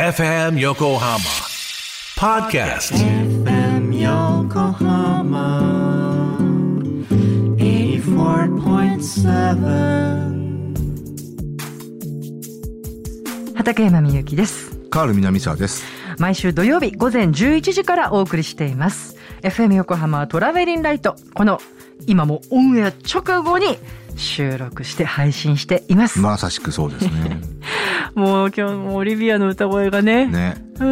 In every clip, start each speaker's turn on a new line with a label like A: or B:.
A: FM Yokohama Podcast
B: FM Yokohama 84.7
C: 畠山みゆきです
D: カール南沢です。
C: 毎週土曜日午前11時からお送りしています FM 横浜トラベリンライトこの今もオンエア直後に収録して配信しています、
D: まさしくそうです ね。
C: もう今日もオリビアの歌声がね
D: ね。
C: うーん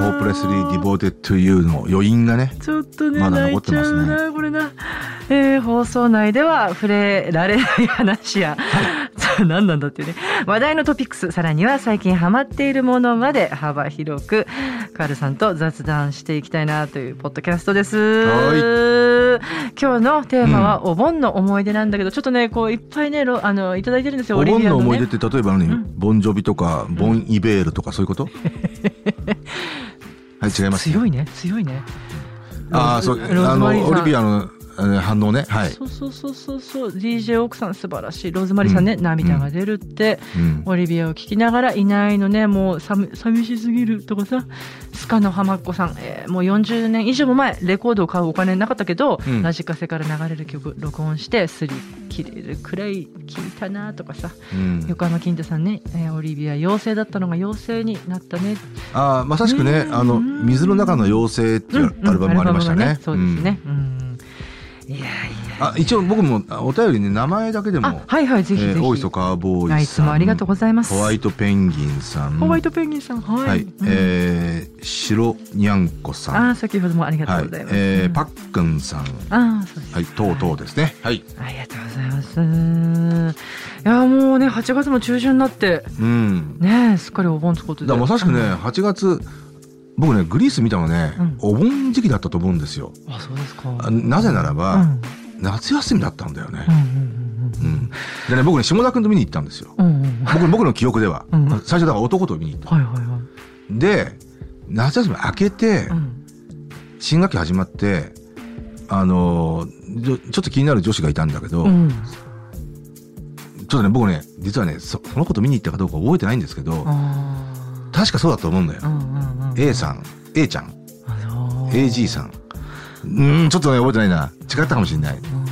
D: ホープレスリー・ディボーテッド・ユーの余韻がね。
C: ちょっとね、
D: まだ
C: 泣い
D: 残って
C: ちゃ
D: ますね
C: うな、これな。えー放送内では触れられない話や、そう何なんだっていうね。話題のトピックス、さらには最近ハマっているものまで幅広く、カールさんと雑談していきたいなというポッドキャストです。今日のテーマはお盆の思い出なんだけど、ちょっとね、こういっぱいね、ろあの、いただいてるんですよ、
D: お
C: オリ
D: 盆
C: ビア
D: の
C: のね
D: 思い出って例えば何、ボンジョビとか、ボン・イベールとかそういうこと はい、違います。
C: 強いね、強いね。
D: ああ、そう、
C: ロー
D: あ
C: ズ
D: の
C: マリー、さん
D: オリビアのあの反応ね。はい。
C: そうそうそうそうそう、DJ 奥さん素晴らしい。ローズマリーさんね、
D: うん
C: 涙が出るって。
D: うん。
C: オリビアを聞きながらいないのねもう寂寂しすぎるとかさスカの浜っ子さん、えーもう40年以上も前レコードを買うお金なかったけど、
D: うん
C: ラジカセから流れる曲録音してすり切れるくらい聞いたなとかさ、
D: うん、
C: 横浜金太さんね、えーオリビア妖精だったのが妖精になったね
D: ああ、まさしくね、
C: うん
D: あの、水の中の妖精っていうアルバムもありました
C: アル
D: ね。
C: バムがそうですね
D: ん。、
C: うんいやいや
D: あ、一応僕もあお便りね、名前だけでも。
C: あはいはいぜひぜひ、
D: えー大磯カーボーイ
C: いつ
D: さん。
C: もありがとうございます
D: ホワイトペンギンさん。
C: ホワイトペンギンさんはい、
D: はい、
C: うん
D: えー、白にゃんこさ
C: あ
D: ん。
C: ー先ほどもありがと
D: は
C: う
D: い
C: ござい、ます、
D: え
C: う
D: ー、
C: ん
D: パックンさん。
C: あーそうです
D: はい、とうとうですね。はい。
C: ありがとうございます。いやもうね8月も中旬になって
D: うん。だ
C: ねすっかりお盆ってこと
D: か
C: で。
D: らまさしくね、
C: うん
D: 8月、僕ね、グリース見たのね、
C: うん
D: お盆時期だったと思うんですよ。
C: あそうですか。
D: あなぜならば、
C: うん
D: 夏休みだったんだよね
C: う。ん
D: うん。でね、僕ね、下田君と見に行ったんですよ。
C: うんうんうんうん。は
D: 僕僕の記憶では。
C: うん
D: 最初だから男と見に行っ
C: いはいは
D: た。で、夏休み明けて、
C: い。うん
D: 新学期始まって、あのーちょちょっと気になる女子がいたんだけど、
C: うん。
D: ちょっとね、僕ね、実はね、そそのこと見に行ったかどうか覚えてないんですけど、
C: あ
D: 確かそうだと思うんだよ
C: ー。うんうんうん。
D: A さん、A ちゃん、
C: あのー
D: AG さん。うん、ちょっとね、覚えてないな。違ったかもしれない。
C: うん。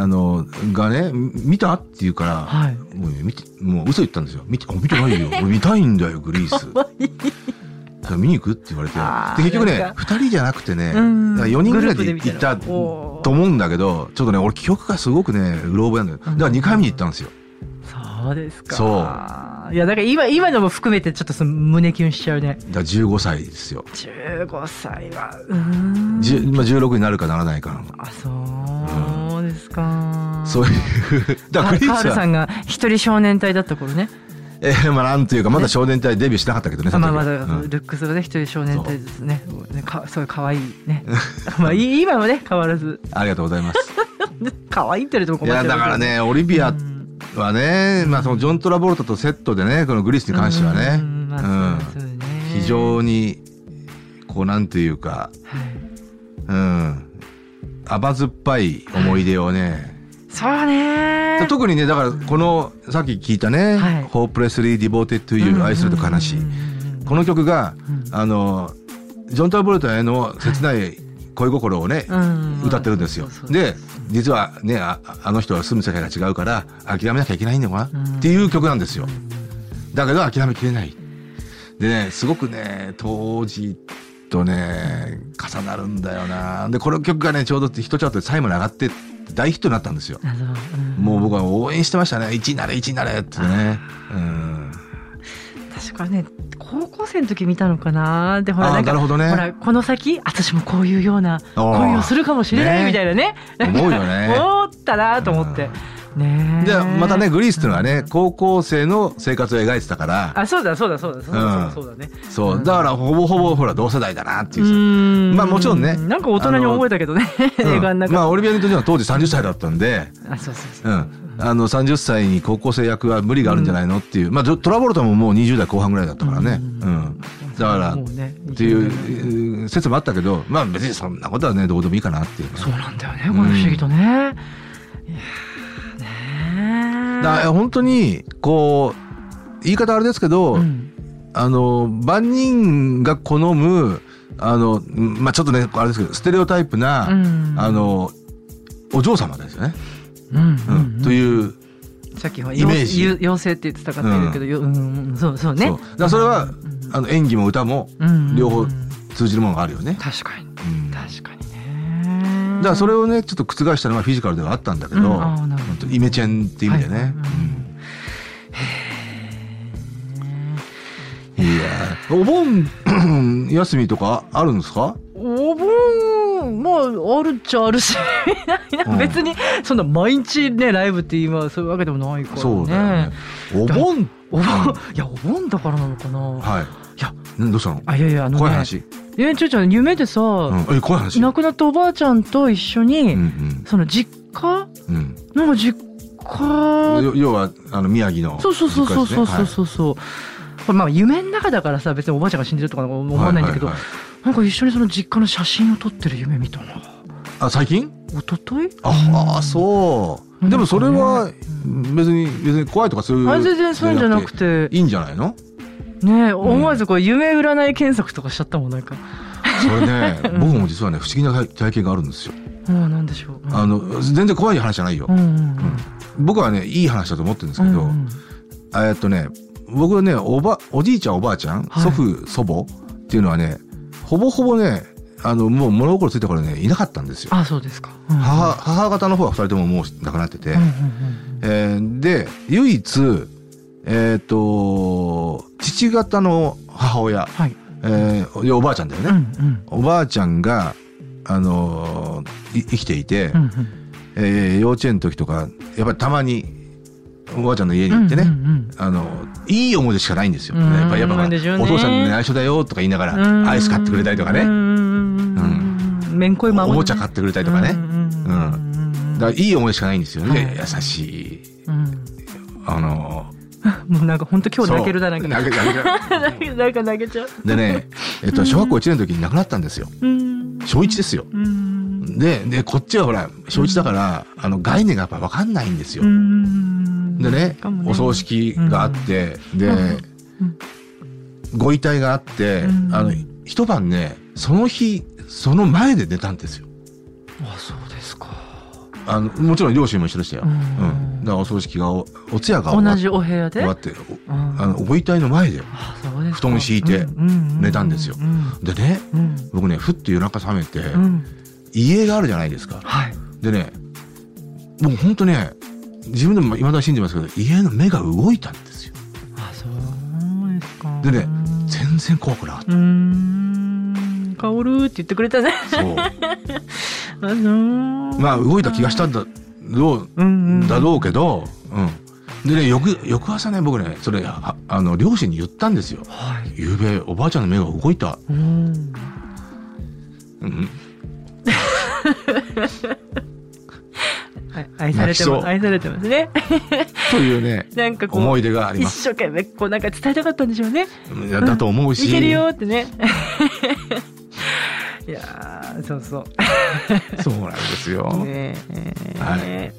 D: あの、がね、見たって言うから、
C: はい。
D: もうね、見て、もう嘘言ったんですよ。見て、あ見 てないよ。俺見たいんだよ、グリース。それ見に行くって言われて。
C: あー
D: で、結局
C: なん
D: ね、
C: か
D: 二人じゃなくてね、
C: うん
D: 4人ぐら
C: グル
D: いで
C: ープで
D: 行
C: 見
D: ったた
C: の
D: と思うんだけど、ちょっとね、俺記憶がすごくね、うろ覚えなんだよ。だから2回見に行ったんですよ。
C: そうですか。。
D: そう
C: いやだから今今のも含めてちょっとその胸キュンしちゃうね。
D: だから15歳ですよ。
C: 15歳は。うーん。
D: じゅまあ、16になるかならないかな
C: あそうですか。
D: そういうだから
C: カ
D: クリ
C: ー
D: ス
C: ルさ
D: は、
C: んが一人少年隊だった頃ね。
D: えーまあ、なんというかまだ少年隊デビューしなかったけどね
C: あ
D: そ
C: まあ
D: の時
C: ま
D: は
C: だ
D: うん
C: ルックスがね一人少年隊ですね。ねかそういう可愛い ね。まあいい今もね変わらず
D: ありがとうございます
C: 可愛いって言うとこ
D: い
C: 困っ
D: や
C: ちゃ
D: だ
C: うけど
D: から。ねオリビアはね、まあ、そのジョン・トラボルタとセットでねこのグリースに関してはね、
C: う
D: うんん
C: まあそうですね
D: 非常にこうなんていうか、うん、甘酸っぱい思い出をね、
C: そうね。
D: 特にねだからこのさっき聞いたね
C: はい
D: 「ホープレスリー・ディボーテッド・ユー愛すると悲しい」この曲が、あのジョン・トラボルタへの切ない恋心をね、
C: うん
D: 歌ってるんですよ。で実はねああの人は住む世界が違うから諦めなきゃいけないのかな、
C: うん
D: っていう曲なんですよ。だけど諦めきれない。でねすごくね当時とね重なるんだよな。でこの曲がねちょうどヒットチャートで最後に上がって大ヒットになったんですよ。
C: あのうん
D: もう僕は応援してましたね1位になれ1位になれってね。うん
C: 確かね高校生の時見たのかなでほら
D: あー
C: なんか
D: なるほどね
C: らこの先私もこういうような
D: あー
C: 恋をするかもしれないみたいなね
D: 思うよね
C: 思ったなと思ってねえ
D: でまたねグリースっていうのはね高校生の生活を描いてたから
C: あそうだそうだそうだそうだそうだそうだね
D: そうだからほぼほぼほら同世代だなって
C: う
D: いうさ
C: ー
D: まあもちろんね
C: なんか大人に思えたけどね映画の
D: うんま
C: 中
D: あオリビア・ニュートン・ジョンは当時30歳だったんで、、
C: あそうそうそううん
D: あの30歳に高校生役は無理があるんじゃないのっていう、まあ、ジョトラボルタももう20代後半ぐらいだったからね、うんだから
C: もうね
D: っていうえー説もあったけどまあ別にそんなことはねどうでもいいかなっていうね
C: そうなんだよねこれ不思議とねいやーね
D: だから本当にこう言い方あれですけど、
C: うん
D: あの万人が好むあの、んまあ、ちょっとねあれですけどステレオタイプな、
C: うん
D: あのお嬢様ですよね、
C: うん
D: うんという
C: さっきは
D: イメージ
C: 妖妖精って言ってた方いるけど、ようんうん、そうそうね
D: そうだからそれは、あの演技も歌も
C: うん
D: 両方通じるものがあるよね。
C: 確かに
D: うんだ
C: 確かにね
D: からそ
C: れ
D: れをねちょっと覆したのはフィジカルではあったんだけど,、
C: うんあーなるほど
D: 本当イメチェンっていう意味でね。
C: はいはい
D: うんいやーお盆 休みとかあるんですか
C: お盆まああるっちゃあるしみん
D: う
C: なん別にそんな毎日ねライブって今そういうわけでもないからね
D: そうだよね。お盆
C: お盆いやお盆だからなのかな、
D: はい。
C: いや
D: んどうしたの？
C: あいやいやあのね
D: 怖い話。
C: えちょいちゃん夢でさ、
D: うん。え怖い話。
C: 亡くなったおばあちゃんと一緒に、
D: うん
C: その実家
D: うん
C: なんか実
D: うん。
C: 家
D: よ要はあの宮城の
C: そうそうそうそうそうそうそうそう、これまあ夢の中だからさ別におばあちゃんが死んでるとかなんか思わないんだけど、
D: はいはいはい
C: なんか一緒にその実家の写真を撮ってる夢見たな
D: あ最近？
C: 一昨日
D: ああそうう。
C: ん
D: でもそれ
C: な
D: は
C: んかね
D: 別に別に怖いとかそういう
C: あ全然そういうんじゃなくて
D: いいんじゃないの？
C: ねえ思わずこう夢占い検索とかしちゃったもんなんか
D: それね 僕も実はね不思議な体体験があるんですよ。
C: うんなんでしょううん
D: あの全然怖い話じゃないよ
C: う。んうんうん
D: 僕はねいい話だと思ってるんです
C: う
D: け
C: んう
D: ど、
C: ん
D: えっとね僕ねおばおじいちゃんおばあちゃん、
C: はい
D: 祖父祖母っていうのはねほぼほぼねあのもう物心ついた頃ねいなかったんですよ。
C: あそうですかうんうん
D: 母母方の方は2人とももう亡くなってて、
C: うんうん
D: えーで唯一えっ、と父方の母親、
C: はい
D: えーいやおばあちゃんだよ
C: う
D: ね、
C: んうん
D: おばあちゃんがあのーい生きていて、
C: うんうん
D: えー幼稚園の時とかやっぱりたまにおばあちゃんの家に行ってね、
C: うんうん
D: あのいい思い出しかないんですよ。
C: うん
D: やっぱやっぱほら
C: でしょうね
D: お父さんに内緒だよとか言いなが
C: うん
D: らアイス買ってくれたりとか
C: うん
D: ね、
C: うんうんめんこい
D: お
C: 守
D: もちゃ買ってくれたりとかね、
C: うん
D: だからいい思い出しかないんですよね。
C: はい
D: 優しい
C: うん
D: あの
C: もうなんか本当今日
D: そう
C: 泣けるだなんか
D: 泣け泣け
C: なん か泣けちゃう
D: でね、えっと、小学校1年の時に亡くなったんですよ。
C: うん
D: 小1ですよ。
C: うん
D: で、で、こっちはほら、小1だから、あの、概念がやっぱ分かんないんですよ
C: う。ん
D: でね
C: かも、
D: お葬式があって、で
C: うん、
D: ご遺体があって
C: う、ん
D: あの、一晩ね、その日、その前で寝たんですよ。
C: あそうですか
D: あの、もちろん両親も一緒でしたよ。
C: う
D: うんん。だからお葬式がお、お通夜が終わ
C: 同
D: っ
C: じお部屋で
D: 終わって、
C: う
D: お
C: ん
D: あの、ご遺体の前で。
C: あそうですか
D: 布団敷いて
C: うんうんう
D: 寝たんですよ
C: うん
D: でね、
C: うん
D: 僕ね、ふっと夜中覚めて、
C: うん
D: 家があるじゃないですか。
C: はい
D: でね、もう本当ね、自分でも今だに信じてますけど、家の目が動いたんですよ。
C: あそうですか
D: でね全然怖くなかっ
C: うーん「薫」って言ってくれたね
D: た。そう。
C: あの
D: まあ動いた気がしたんだろ
C: う
D: う、
C: ん
D: だ
C: う
D: ろうけど、うん。でね、翌、翌朝ね、僕ね、それ、ああの、両親に言ったんですよ。
C: んはい
D: 昨べおばあちゃんの目が動いた。
C: うん
D: うん。
C: はい愛されてま
D: 泣きそう
C: す愛されてますね
D: というね、
C: なんかこう
D: 思い出があり
C: 一
D: ます。
C: 生懸命こうなんか伝えたかったんでしょうね
D: だと思うし。
C: いけるよって ねいやーそうそう
D: そうなんですよ。
C: ねえ、
D: はい
C: ね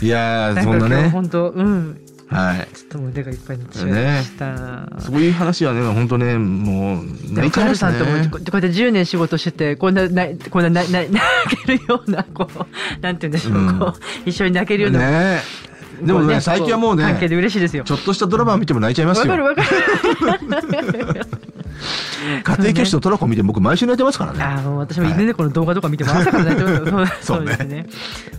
D: いや
C: え
D: ー、
C: なん
D: そ
C: か
D: んな
C: 今日
D: ね。
C: 本当うん
D: はい。
C: ちょっともう腕がいっぱいになってしまいました。
D: そういう話はね、本当ね、もう、
C: でもカールさんともこうやって10年仕事しててこんななこんななな泣けるようなこうなんて言うんでしょう、
D: うん
C: こう一緒に泣けるような、
D: ねえでも
C: こう
D: ね最近はもう
C: 関係
D: ね
C: で嬉しいですよ。
D: ちょっとしたドラマ見ても泣いちゃいま
C: わ
D: す
C: かる
D: よ
C: わかる。
D: 家庭教師とトラコ見て僕毎週泣いてますから
C: ああ
D: ね
C: もう私も犬猫の動画とか見ても朝から泣いてますよ。そう
D: そうね
C: ですね。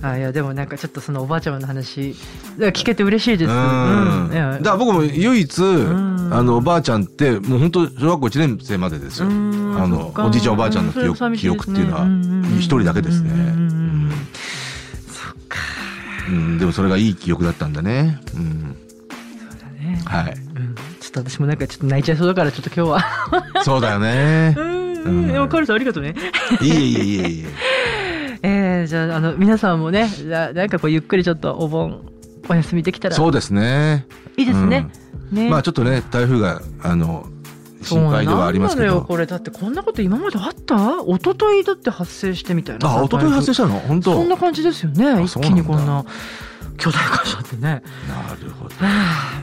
C: あーいやでもなんかちょっとそのおばあちゃんの話聞けて嬉しいで
D: う
C: す。
D: ん
C: いや
D: だから僕も唯一
C: ん
D: あのおばあちゃんってもう本当小学校1年生までですよあ
C: うんそ
D: の
C: っか
D: おじいちゃんおばあちゃんの
C: そ
D: 記
C: れ
D: 憶
C: も寂し
D: 記
C: いですね
D: 憶っていうのは
C: うんうんうん
D: 一人だけですね
C: うんうんうんうん
D: そっかうんでもそれがいい記憶だったんだねうん
C: そうだね。
D: はい
C: うんちょっと私もなんかちょっと泣いちゃいそうだからちょっと今日は。
D: そうだよね
C: うん
D: うん
C: でもカールさんありがとうね。
D: いえいえい えいえ
C: えー、じゃああの皆さんもねななんかこうゆっくりちょっとお盆お休みできたら
D: そうですね
C: いいですね。ね
D: まあちょっとね台風があの心配ではありますけ
C: そうなのよ
D: ど
C: これだってこんなこと今まであった一昨日だって発生してみたいな
D: あ、一昨日発生したの本当。
C: そんな感じですよね
D: あ
C: 一気にこんな巨大化しちゃってね。
D: なるほど
C: はあ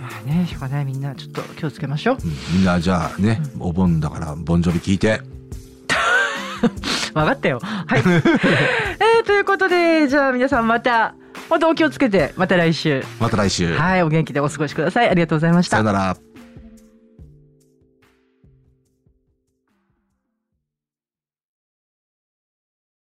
C: まあねしょうがないみんなちょっと気をつけましょう。
D: みんなじゃあねお盆だからボンジョビ聞いて
C: 分かったよ。 はい。えーということでじゃあ皆さんまた本当お気をつけてまた来週。
D: また来週
C: はいお元気でお過ごしください。ありがとうございました
D: さよ。なら